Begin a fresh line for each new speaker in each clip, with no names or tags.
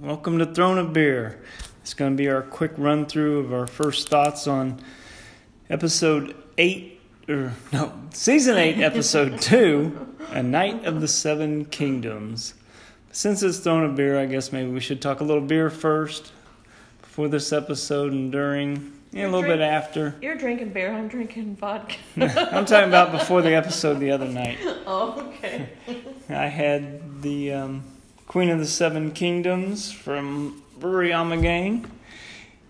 Welcome to Throne of Beer. It's going to be our quick run through of our first thoughts on episode eight, or no, season eight, episode two, A Night of the Seven Kingdoms. Since it's Throne of Beer, I guess maybe we should talk a little beer first before this episode and during, and a little bit after.
You're drinking beer, I'm drinking vodka.
I'm talking about before the episode the other night.
Oh, okay.
I had the um, Queen of the Seven Kingdoms from Brewery Amagang.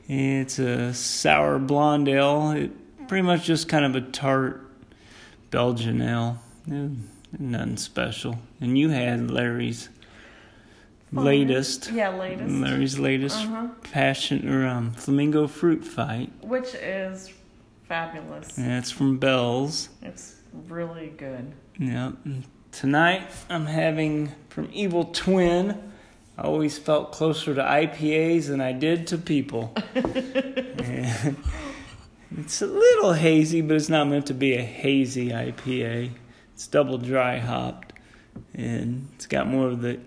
It's a sour blonde ale. It pretty much just kind of a tart Belgian ale. Yeah, nothing special. And you had Larry's
Fine.
latest.
Yeah, latest.
Larry's latest
Uh-huh.
passion or um, flamingo fruit fight.
Which is fabulous.
And it's from Bell's.
It's really good.
Yep. and Tonight I'm having from Evil Twin. I always felt closer to IPAs than I did to people. And it's a little hazy, but it's not meant to be a hazy IPA. It's double dry hopped, and it's got more of the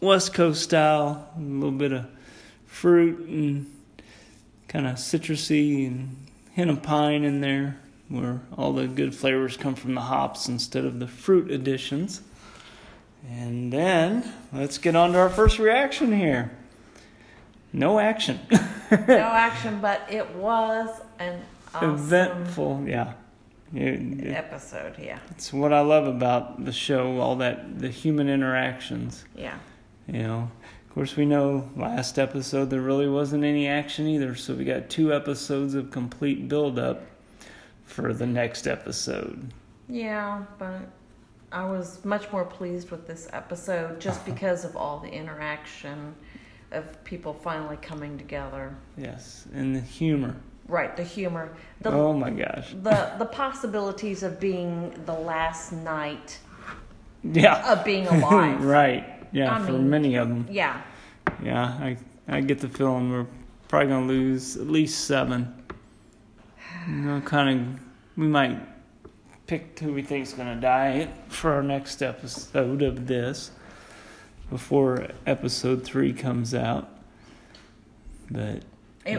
West Coast style, a little bit of fruit and kind of citrusy and hint of pine in there where all the good flavors come from the hops instead of the fruit additions. And then let's get on to our first reaction here. No action.
No action, but it was an awesome
Eventful, yeah. It- it-
episode. Yeah,
It's what I love about the show, all that the human interactions.
yeah.
You know, of course, we know last episode there really wasn't any action either, so we got two episodes of complete build up for the next episode.
Yeah, but I was much more pleased with this episode just
Uh-huh.
because of all the interaction of people finally coming together.
Yes, and the humor.
Right, the humor, the
oh my gosh.
the the possibilities of being the last night
Yeah.
of being alive.
right. Yeah,
I
for
mean-
many of them.
Yeah,
Yeah, I I get the feeling we're probably going to lose at least 7. You know, kind of we might pick who we think's going to die for our next episode of this before episode 3 comes out. But
it,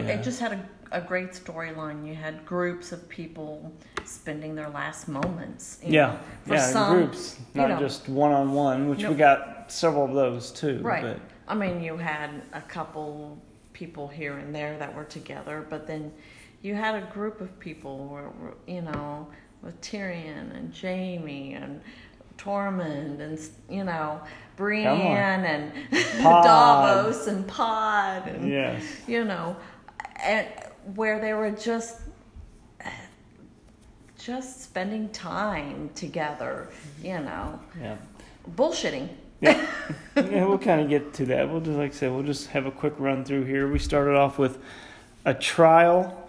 Yeah.
it just had a, a great storyline. You had groups of people spending their last moments. you
yeah,
know, for
yeah, in
some,
groups,
you
not
know.
just one on one, which we
Nope.
got several of those too.
Right.
But
I mean, you had a couple people here and there that were together, but then you had a group of people, where, where, you know, with Tyrion and Jamie and Tormund and, you know, Brienne and
Pod.
Davos and Pod and,
yes.
you know, and where they were just just spending time together,
Mm-hmm.
you know,
Yeah.
bullshitting.
yeah, we'll kind of get to that. We'll just, like I said, we'll just have a quick run through here. We started off with a trial,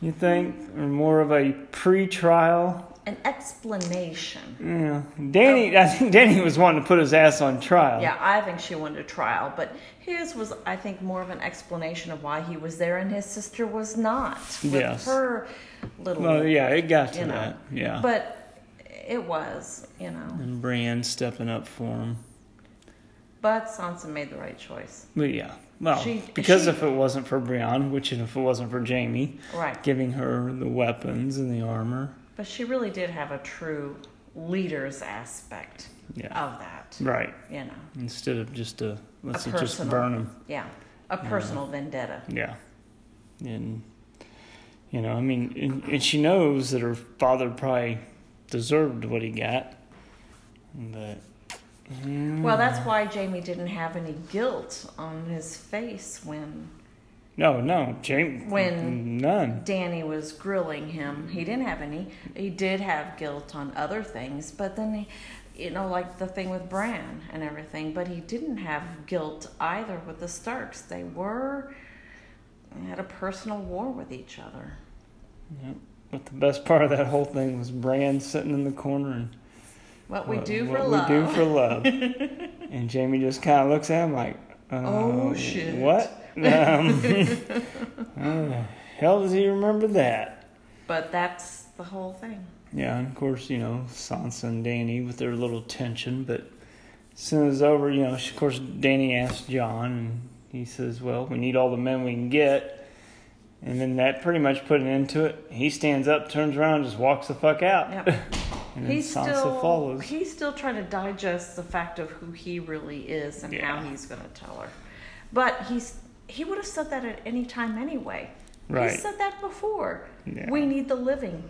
you think, or more of a pre-trial.
An explanation.
Yeah, Danny. I think Danny was wanting to put his ass on trial.
Yeah, I think she wanted a trial, but his was, I think, more of an explanation of why he was there and his sister was not with
Yes.
her little.
Well, yeah, it got to
You know.
that. Yeah.
But it was, you know.
and Bran stepping up for him.
But Sansa made the right choice,
But yeah, well,
She-
because
she-
if it wasn't for Brienne, which and if it wasn't for Jamie
right?
giving her the weapons and the armor,
But she really did have a true leader's aspect
yeah,
of that,
right.
you know.
Instead of just a let's just
personal-
burn him.
Yeah, a personal vendetta.
Yeah. And, you know, I mean, and, and she knows that her father probably deserved what he got. But,
Well, that's why Jamie didn't have any guilt on his face when
no, no, James.
When-
None.
Danny was grilling him. He didn't have any. He did have guilt on other things, but then he, you know, like the thing with Bran and everything, but he didn't have guilt either with the Starks. They were they had a personal war with each other.
But the best part of that whole thing was Bran sitting in the corner and
What we
what-
do
what
for
we
love.
do for love. and Jamie just kind of looks at him like, uh,
Oh, shit.
What? Um, how the hell does he remember that?
but that's the whole thing.
Yeah, and of course, you know, Sansa and Danny with their little tension, but soon as it was over, you know, of course, Danny asked John, and he says, "Well, we need all the men we can get." And then that pretty much put an end to it. He stands up, turns around, just walks the fuck out.
Yep.
and then
He's
Sansa
still
follows.
he's still trying to digest the fact of who he really is and
Yeah.
how he's going to tell her. But he's he would have said that at any time anyway. He
Right.
said that before.
Yeah.
We need the living.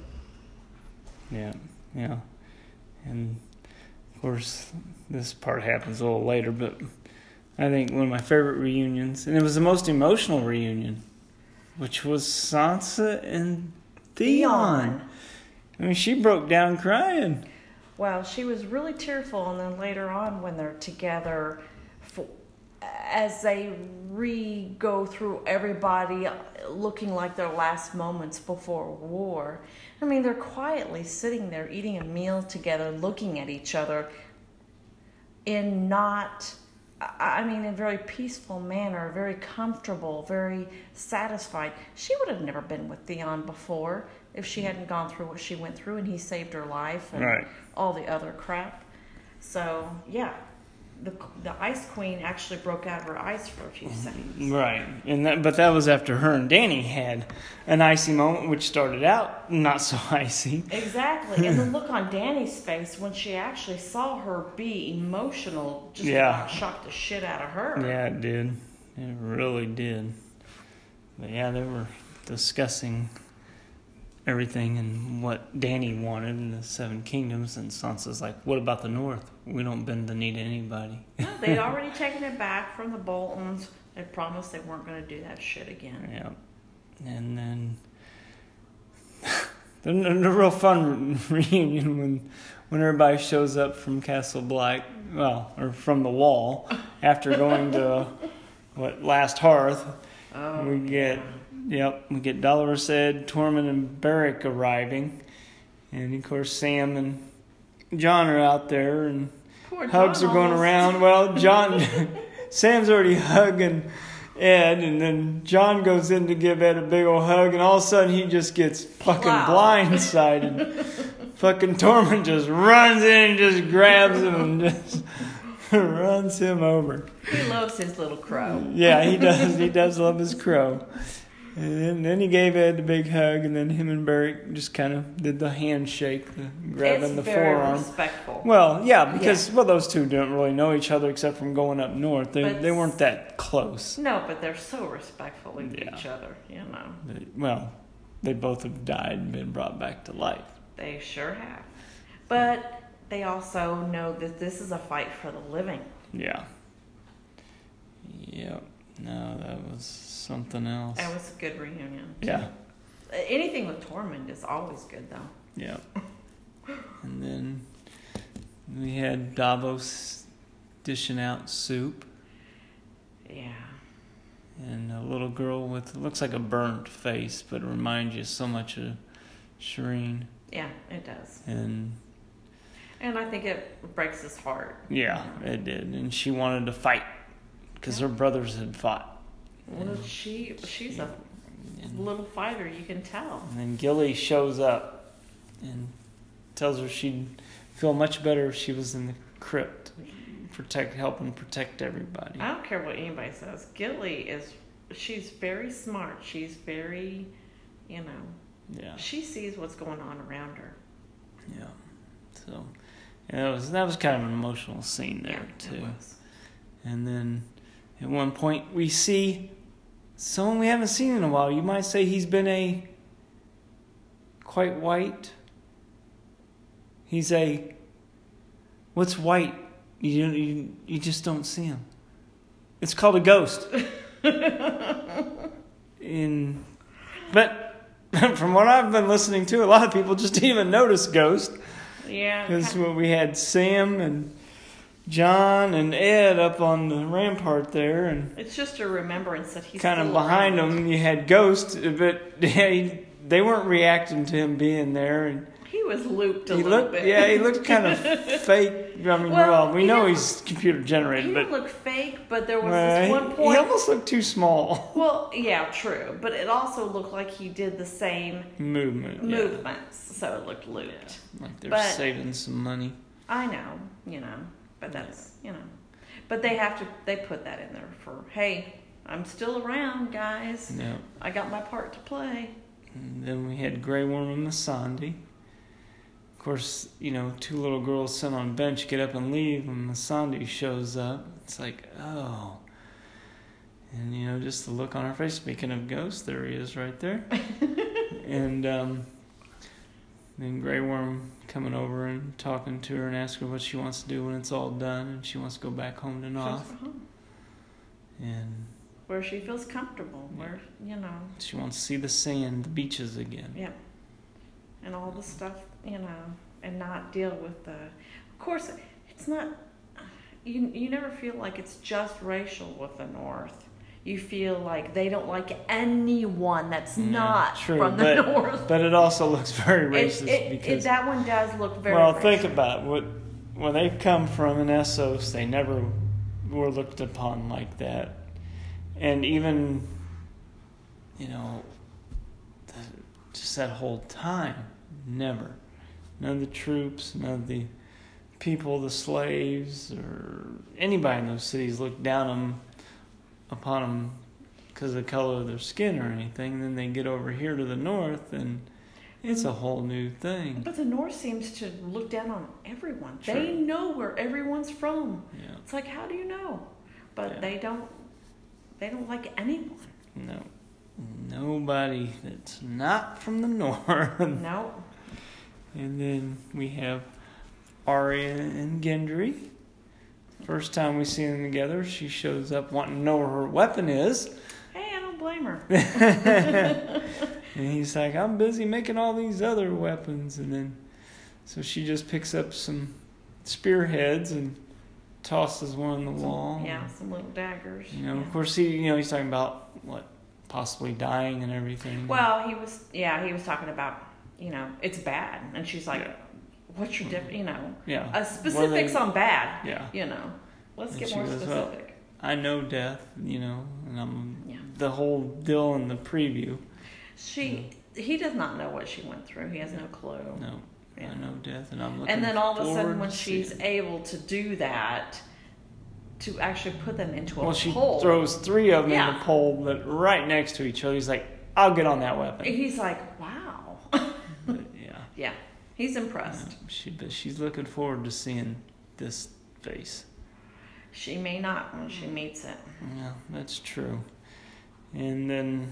Yeah, yeah. And of course, this part happens a little later, but I think one of my favorite reunions, and it was the most emotional reunion, which was Sansa and Theon. I mean, she broke down crying.
Well, she was really tearful, and then later on, when they're together, for, as they re go through everybody looking like their last moments before war, I mean, they're quietly sitting there eating a meal together, looking at each other in not, I I mean, in very peaceful manner, very comfortable, very satisfied. She would have never been with Theon before if she hadn't gone through what she went through and he saved her life and
Right.
all the other crap. So, yeah. The, the ice queen actually broke out of her ice for a few seconds.
Right, and that, but that was after her and Danny had an icy moment, which started out not so icy.
Exactly. And the look on Danny's face when she actually saw her be emotional just
Yeah.
about shocked the shit out of her.
Yeah, it did. It really did. But yeah, they were discussing everything and what Danny wanted in the Seven Kingdoms, and Sansa's like, "What about the North? We don't bend the knee to anybody."
No, they'd already taken it back from the Boltons. They promised they weren't going to do that shit again.
Yeah, and then the, the real fun reunion when when everybody shows up from Castle Black, well, or from the Wall after going to what Last Hearth.
Oh,
We get- Yep, we get Dollar said Tormund and Beric arriving, and of course Sam and John are out there, and
Poor
hugs
John
are going
almost-
around. Well, John, Sam's already hugging Ed, and then John goes in to give Ed a big old hug, and all of a sudden he just gets fucking
Plowed.
blindsided. fucking Tormund just runs in and just grabs him and just runs him over.
He loves his little crow.
Yeah, he does. he does love his crow. And then, then he gave Ed the big hug, and then him and Beric just kind of did the handshake, the grabbing
it's
the
very
forearm.
respectful.
Well, yeah, because well, those two didn't really know each other except from going up north. They
But-
they weren't that close.
no, but they're so respectful of
Yeah.
each other. You know,
They- Well, they both have died and been brought back to life.
they sure have. But they also know that this is a fight for the living.
Yeah. Yep. No, that was something else.
That was a good reunion.
Yeah.
Anything with Tormund is always good, though.
Yep. And then we had Davos dishing out soup
Yeah.
and a little girl with looks like a burnt face, but it reminds you so much of Shireen.
Yeah, it does.
And
And I think it breaks his heart.
yeah, it did. And she wanted to fight because her brothers had fought.
Well, she she's a
And,
little fighter, you can tell.
and then Gilly shows up and tells her she'd feel much better if she was in the crypt, protect, helping protect everybody.
I don't care what anybody says. Gilly is she's very smart. She's very, you know,
Yeah.
she sees what's going on around her.
Yeah. So yeah, that was that was kind of an emotional scene
Yeah,
there
it
too.
was.
And then at one point we see someone we haven't seen in a while. You might say he's been a quite white. He's a what's white? You you, you just don't see him. It's called a ghost. in but from what I've been listening to, a lot of people just didn't even notice ghosts.
Yeah.
Because
ki-
when we had Sam and John and Ed up on the rampart there, and
It's just a remembrance that he's
kind of
still
behind
around.
them, you had Ghost, but they, they weren't reacting to him being there. And
He was looped a
he
little
looked,
bit.
yeah, he looked kind of fake. I mean, well,
Well,
we
he
know
didn't-
he's computer
He
generated,
didn't
but
look fake, but there was
Right.
this one
he
point.
almost looked too small.
Well, yeah, true, but it also looked like he did the same
Movement, yeah.
movements, so it looked looped.
like they're
But-
saving some money.
I know, you know, But that's you know, but they have to they put that in there for hey, I'm still around, guys.
Yeah.
I got my part to play.
And then we had Grey Worm and the Sandy. Of course, you know, two little girls sit on a bench, get up and leave, and the Sandy shows up. It's like, oh. And, you know, just the look on her face. Speaking of ghosts, there he is right there. and um, then Grey Worm coming over and talking to her and asking her what she wants to do when it's all done. And she wants to go back home to Noth.
She's home,
And
"Uh-huh." Where she feels comfortable,
Yeah.
where you know,
she wants to see the sand, the beaches again.
yeah, and all the stuff you know, and not deal with the. Of course, it's not. You you never feel like it's just racial with the North. You feel like they don't like anyone that's
Yeah,
not
Mm, true,
from the
but-
North.
But it also looks very
It-
racist
it- it-
because
that one does look very.
well,
racist.
think about it. what when they come from an Essos, they never were looked upon like that, and even you know, the, just that whole time, never. None of the troops, none of the people, the slaves, or anybody in those cities looked down 'em- upon them because of the color of their skin or anything. Then they get over here to the north, and it's a whole new thing.
But the North seems to look down on everyone. They
Sure.
know where everyone's from.
Yeah.
It's like, how do you know? But
Yeah.
they don't. They don't like anyone.
No. Nobody that's not from the north.
No.
and then we have Arya and Gendry. First time we see them together, she shows up wanting to know where her weapon is.
Hey, I don't blame her.
and he's like, I'm busy making all these other weapons. And then, so she just picks up some spearheads and tosses one on the wall.
Yeah, some little daggers.
You know,
yeah.
of course, he, you know, he's talking about what, possibly dying and everything.
Well, he was. Yeah, he was talking about. You know, it's bad, and she's like,
Yeah.
"What's your diff? You know,
yeah.
uh, specifics on bad.
Yeah,
You know, let's
And
get
she
more
goes,
specific."
"Well, I know death, you know, and I'm
Yeah.
the whole deal in the preview.
She. He does not know what she went through. He has no clue.
No,
Yeah.
I know death, and I'm looking.
and then all of a
forward
sudden when
to
she's
seeing-
able to do that to actually put them into a
well, she
hole
throws three of them in
Yeah.
the pole, that right next to each other. He's like, "I'll get on that weapon."
he's like wow
but, yeah,
yeah he's
yeah,
impressed
she but she's looking forward to seeing this face.
she may not when she meets it
Yeah, that's true. And then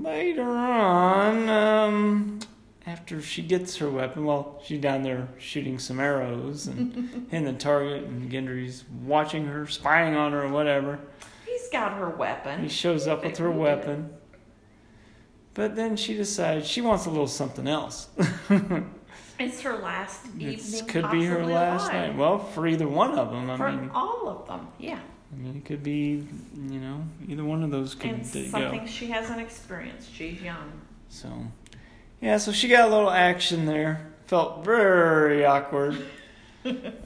later on, um, after she gets her weapon, well, she's down there shooting some arrows and hitting the target, and Gendry's watching her, spying on her, or whatever.
he's got her
He
weapon
shows up with her
Perfect, we did it.
weapon. But then she decides she wants a little something else.
it's her last
It
evening
could be her
possibly
last
alive.
night. Well, for either one of them. I
for
mean,
all of them yeah
I mean, it could be, you know, either one of those could
and
d- go.
something she hasn't experienced she's young
So, yeah, so she got a little action there. Felt very awkward.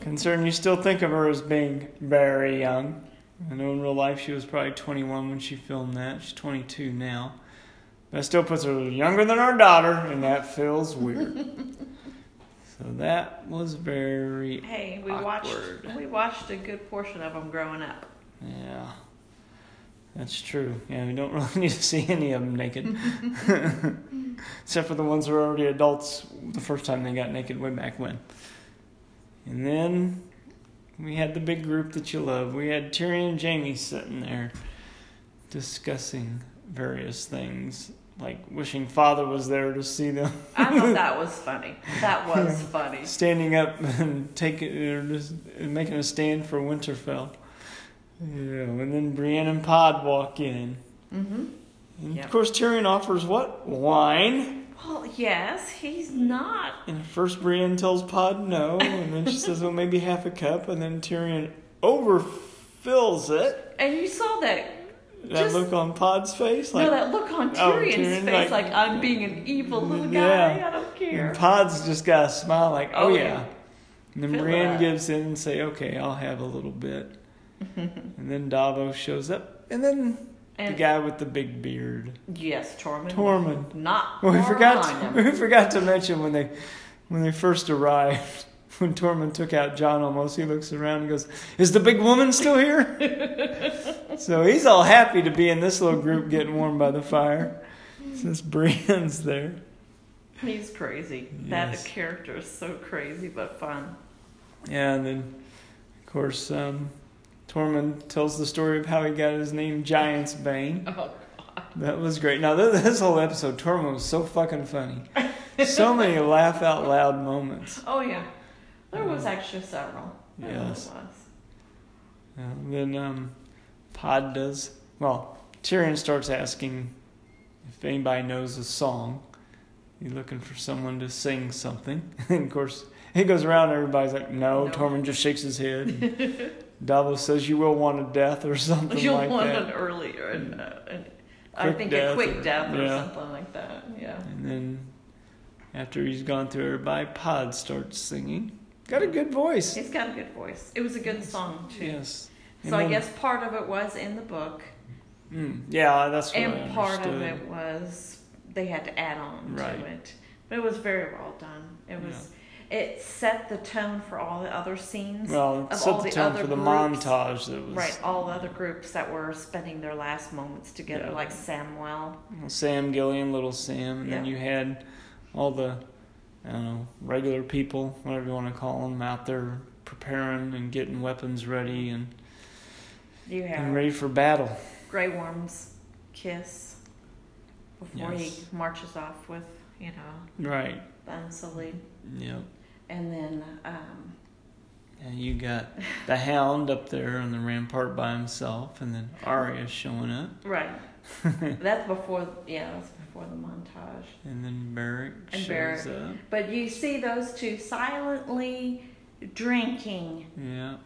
Concerned you still think of her as being very young. I know in real life she was probably 21 when she filmed that. She's 22 now. That still puts her younger than our daughter, and that feels weird. so that was very,
hey we
Awkward.
watched we watched a good portion of them growing up
yeah. That's true. Yeah, we don't really need to see any of them naked. Except for the ones who were already adults the first time they got naked way back when. And then we had the big group that you love. We had Tyrion and Jamie sitting there discussing various things, like wishing father was there to see them
i thought that was funny that was funny
standing up and taking or just making a stand for Winterfell. Yeah, and then Brienne and Pod walk in.
mm-hmm
And
Yeah.
of course Tyrion offers what? Wine.
Well, yes, he's not.
And first Brienne tells Pod no, and then she says, well, maybe half a cup, and then Tyrion overfills it.
And you saw that.
That
Just-
look on Pod's face, like,
no, that look on
Oh,
Tyrion's
Tyrion,
face,
like-
like, I'm being an evil little guy.
Yeah.
I don't
and
care.
Pod's just got a smile, like, oh,
Oh,
yeah.
yeah.
And then
Fill it
Brienne
up.
gives in and say, okay, I'll have a little bit. and then Davos shows up, and then
And
the guy with the big beard,
yes, Tormund.
Tormund.
Not.
Well, we
Tormund
forgot
Lyman.
we forgot to mention when they when they first arrived. when Tormund took out John almost, he looks around and goes, Is the big woman still here? so he's all happy to be in this little group getting warm by the fire since Brienne's there.
He's crazy.
Yes.
That character is so crazy but fun.
Yeah, and then, of course, um, Tormund tells the story of how he got his name Giant's Bane.
Oh,
That was great. Now, this, this whole episode, Tormund was so fucking funny. So many laugh out loud moments.
oh yeah. There was actually several. There really
Uh, Yes.
was.
Yeah, and then um, Pod does. Well, Tyrion starts asking if anybody knows a song. He's looking for someone to sing something. and of course, he goes around and everybody's like, no.
No.
Tormund just shakes his head. And Davos says, you will want a death or something
You'll
like
want
that.
an earlier, an, uh, an, I
Quick
think
death
a quick
or-
death or
yeah.
something like that. Yeah.
And then after he's gone through everybody, Pod starts singing. Got a good voice.
He's got a good voice. It was a good song too.
Yes.
So
And
I
then-
guess part of it was in the book,
Mm, yeah, that's what I
and part of
understood.
it was they had to add on
Right.
to it. But it was very well done. It was. It set the tone for all the other scenes.
Well, it
of
set
all
the
the
tone
other
for the
groups.
montage that was.
Right, all the other groups that were spending their last moments together,
Yeah.
like Samwell.
Sam Gillian, Little Sam, and then
Yeah.
you had all the, I don't know, regular people, whatever you want to call them, out there preparing and getting weapons ready and,
You
and
have
ready for battle.
Grey Worm's kiss before
Yes.
he marches off with, you know,
Right.
the Unsullied.
Mm-hmm. Yep.
And then, um,
And you got the Hound up there on the rampart by himself, and then Arya showing up,
right. that's before, yeah, that's before the montage.
and then Beric
And
shows
Beric.
up.
But you see those two silently drinking
Yeah.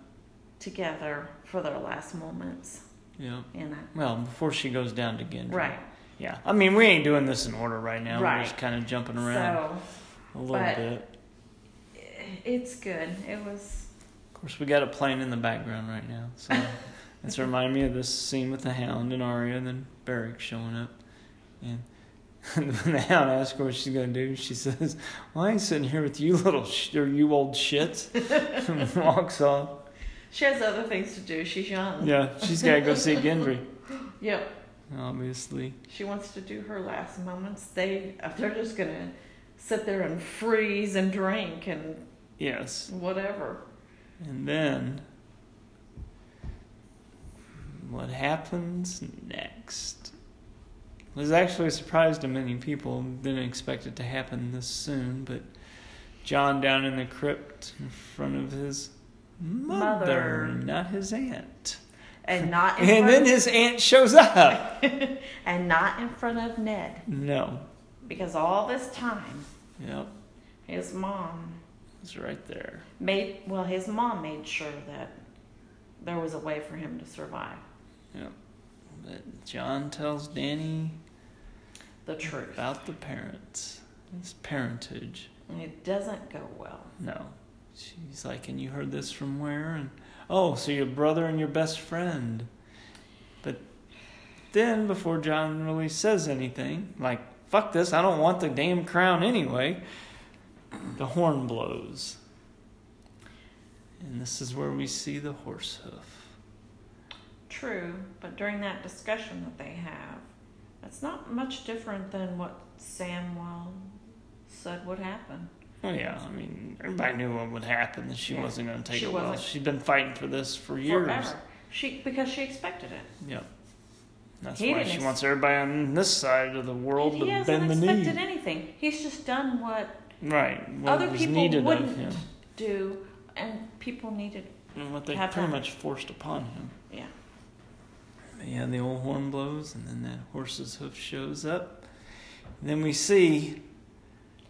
together for their last moments.
Yep.
And I,
Well, before she goes down to Gendry.
right,
Yeah. I mean, we ain't doing this in order right now. We're
Right.
just kind of jumping around a
so
little
but-
bit.
it's good. It was
Of course, we got a plane in the background right now, so it's reminding me of this scene with the Hound and Arya, and then Beric showing up. And when the Hound asks her what she's gonna do, she says, "Well, I ain't sitting here with you little sh- or you old shits," and walks off.
She has other things to do. She's young.
Yeah, she's gotta go see Gendry,
Yep.
obviously.
She wants to do her last moments. They they're just gonna sit there and freeze and drink and
Yes.
whatever.
And then, what happens next? Was actually a surprise to many people. Didn't expect it to happen this soon, but John down in the crypt in front of his mother,
Mother.
not his aunt.
And not in
And then
front
his aunt shows up.
and not in front of Ned.
No.
Because all this time
Yep.
his mom
It's right there.
made well, his mom made sure that there was a way for him to survive.
But John tells Danny Mm-hmm.
The truth.
about the parents, his parentage.
And it doesn't go well.
No. She's like, and you heard this from where? And oh, so your brother and your best friend. But then, before John really says anything, like, fuck this, I don't want the damn crown anyway, the horn blows. And this is where we see the horse hoof.
True, but during that discussion that they have, that's not much different than what Samwell said would happen.
Well, Oh, yeah, I mean, everybody knew what would happen. That she
Yeah.
wasn't going to take
She
it well.
wasn't-
She'd been fighting for this for years.
Forever. She because she expected it.
Yep. That's
He
why
didn't
she
ex-
wants everybody on this side of the world
he
to
hasn't
bend the knee.
expected anything. He's just done what
Right. What
other
was
people
needed
wouldn't
of him.
do, and people needed.
And what they
have
pretty
done.
much forced upon him.
Yeah,
But yeah, the old horn blows, and then that horse's hoof shows up. And then we see.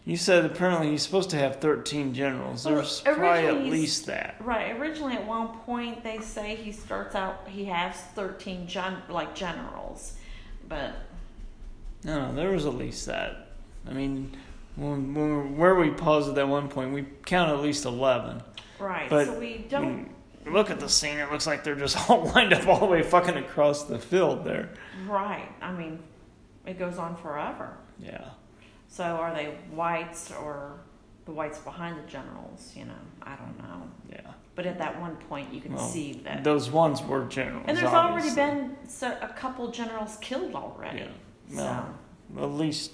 You said apparently he's supposed to have 13 generals.
Well,
There's probably
originally
at
he's-
least that.
right. Originally, at one point, they say he starts out. He has thirteen gen like generals, but
No, no, there was at least that. I mean, when, when, where we paused at that one point, we counted at least 11.
right.
But
so we don't.
When you look at the scene, it looks like they're just all lined up all the way fucking across the field there.
Right. I mean, it goes on forever.
Yeah.
So are they whites or the whites behind the generals, you know, I don't know.
Yeah.
But at that one point, you can
Well,
see that.
Those ones were generals.
and there's
obviously.
already been so, a couple generals killed already.
Yeah. Well, at least,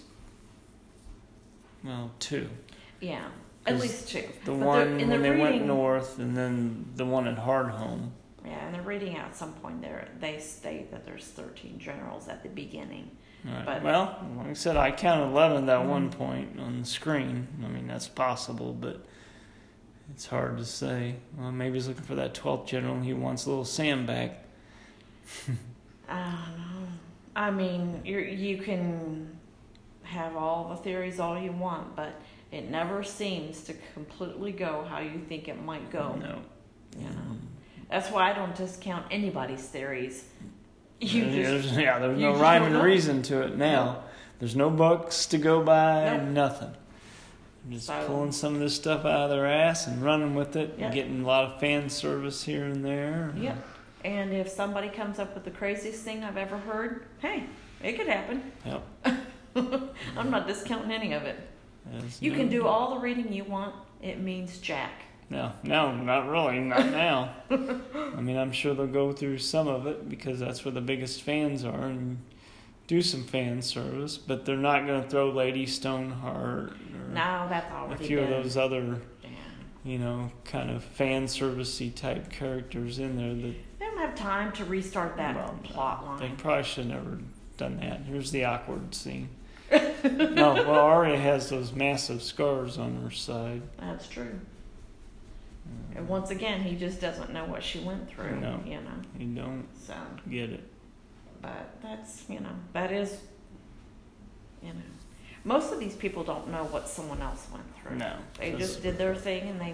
well, two.
so, yeah. At
'Cause
least two.
The
But they're-
one
and
when
they're
they went
reading-
north, and then the one at Hardhome.
Yeah, and the reading at some point there, they state that there's 13 generals at the beginning.
Right.
But-
well, like I said, I counted 11 at
Mhm.
one point on the screen. I mean, that's possible, but it's hard to say. Well, maybe he's looking for that 12th general and he wants little Sam back.
I don't know. I mean, you you can have all the theories all you want, but it never seems to completely go how you think it might go.
No. Mm.
You know, that's why I don't discount anybody's theories. You
There-
just
there's, yeah, there's
you
no
just
rhyme
don't
and
know.
reason to it now. There's no books to go by,
Nope.
nothing. I'm just
So-
pulling some of this stuff out of their ass and running with it
Yeah.
and getting a lot of fan service here and there.
Yep. And if somebody comes up with the craziest thing I've ever heard, hey, it could happen.
Yep.
I'm not discounting any of it.
There's
You
no-
can do all the reading you want. It means jack.
No, no, not really, not now. I mean, I'm sure they'll go through some of it because that's where the biggest fans are and do some fan service, but they're not going to throw Lady Stoneheart or
No, that's
Mm-hmm. a
already
few of
been.
those other,
Yeah.
you know, kind of fan servicey type characters in there that
They don't have time to restart that
Well, no.
plot
They
line.
probably should have never done that. Here's the awkward scene. no, well, Arya has those massive scars on her side.
That's true. And once again, he just doesn't know what she went through.
No.
You know.
You don't
So,
get it.
but that's you know that is, you know, most of these people don't know what someone else went through.
No. Mm-hmm.
They
'cause
just did their thing and they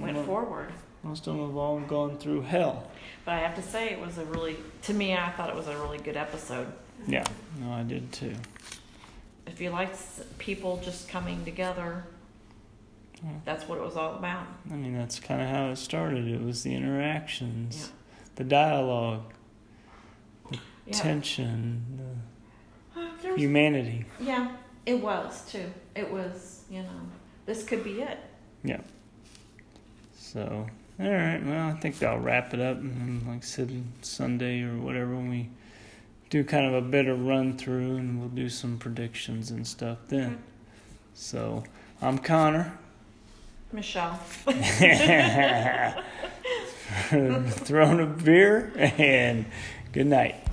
went
mo-
forward.
Most of them have all gone through hell.
But I have to say, it was a really, to me, I thought it was a really good episode.
Yeah. No, I did too.
If you like s- people just coming together,
Yeah.
that's what it was all about.
I mean, that's kind of how it started. It was the interactions,
Yeah.
the dialogue,
Yeah.
tension,
Uh, there
the
was-
humanity.
yeah, it was too. It was, you know, this could be it.
So, all right. Well, I think I'll wrap it up, and then, like I said, Sunday or whatever, when we do kind of a better run through, and we'll do some predictions and stuff
Okay.
then. So, I'm Connor.
Michelle.
Throwing a beer, and good night.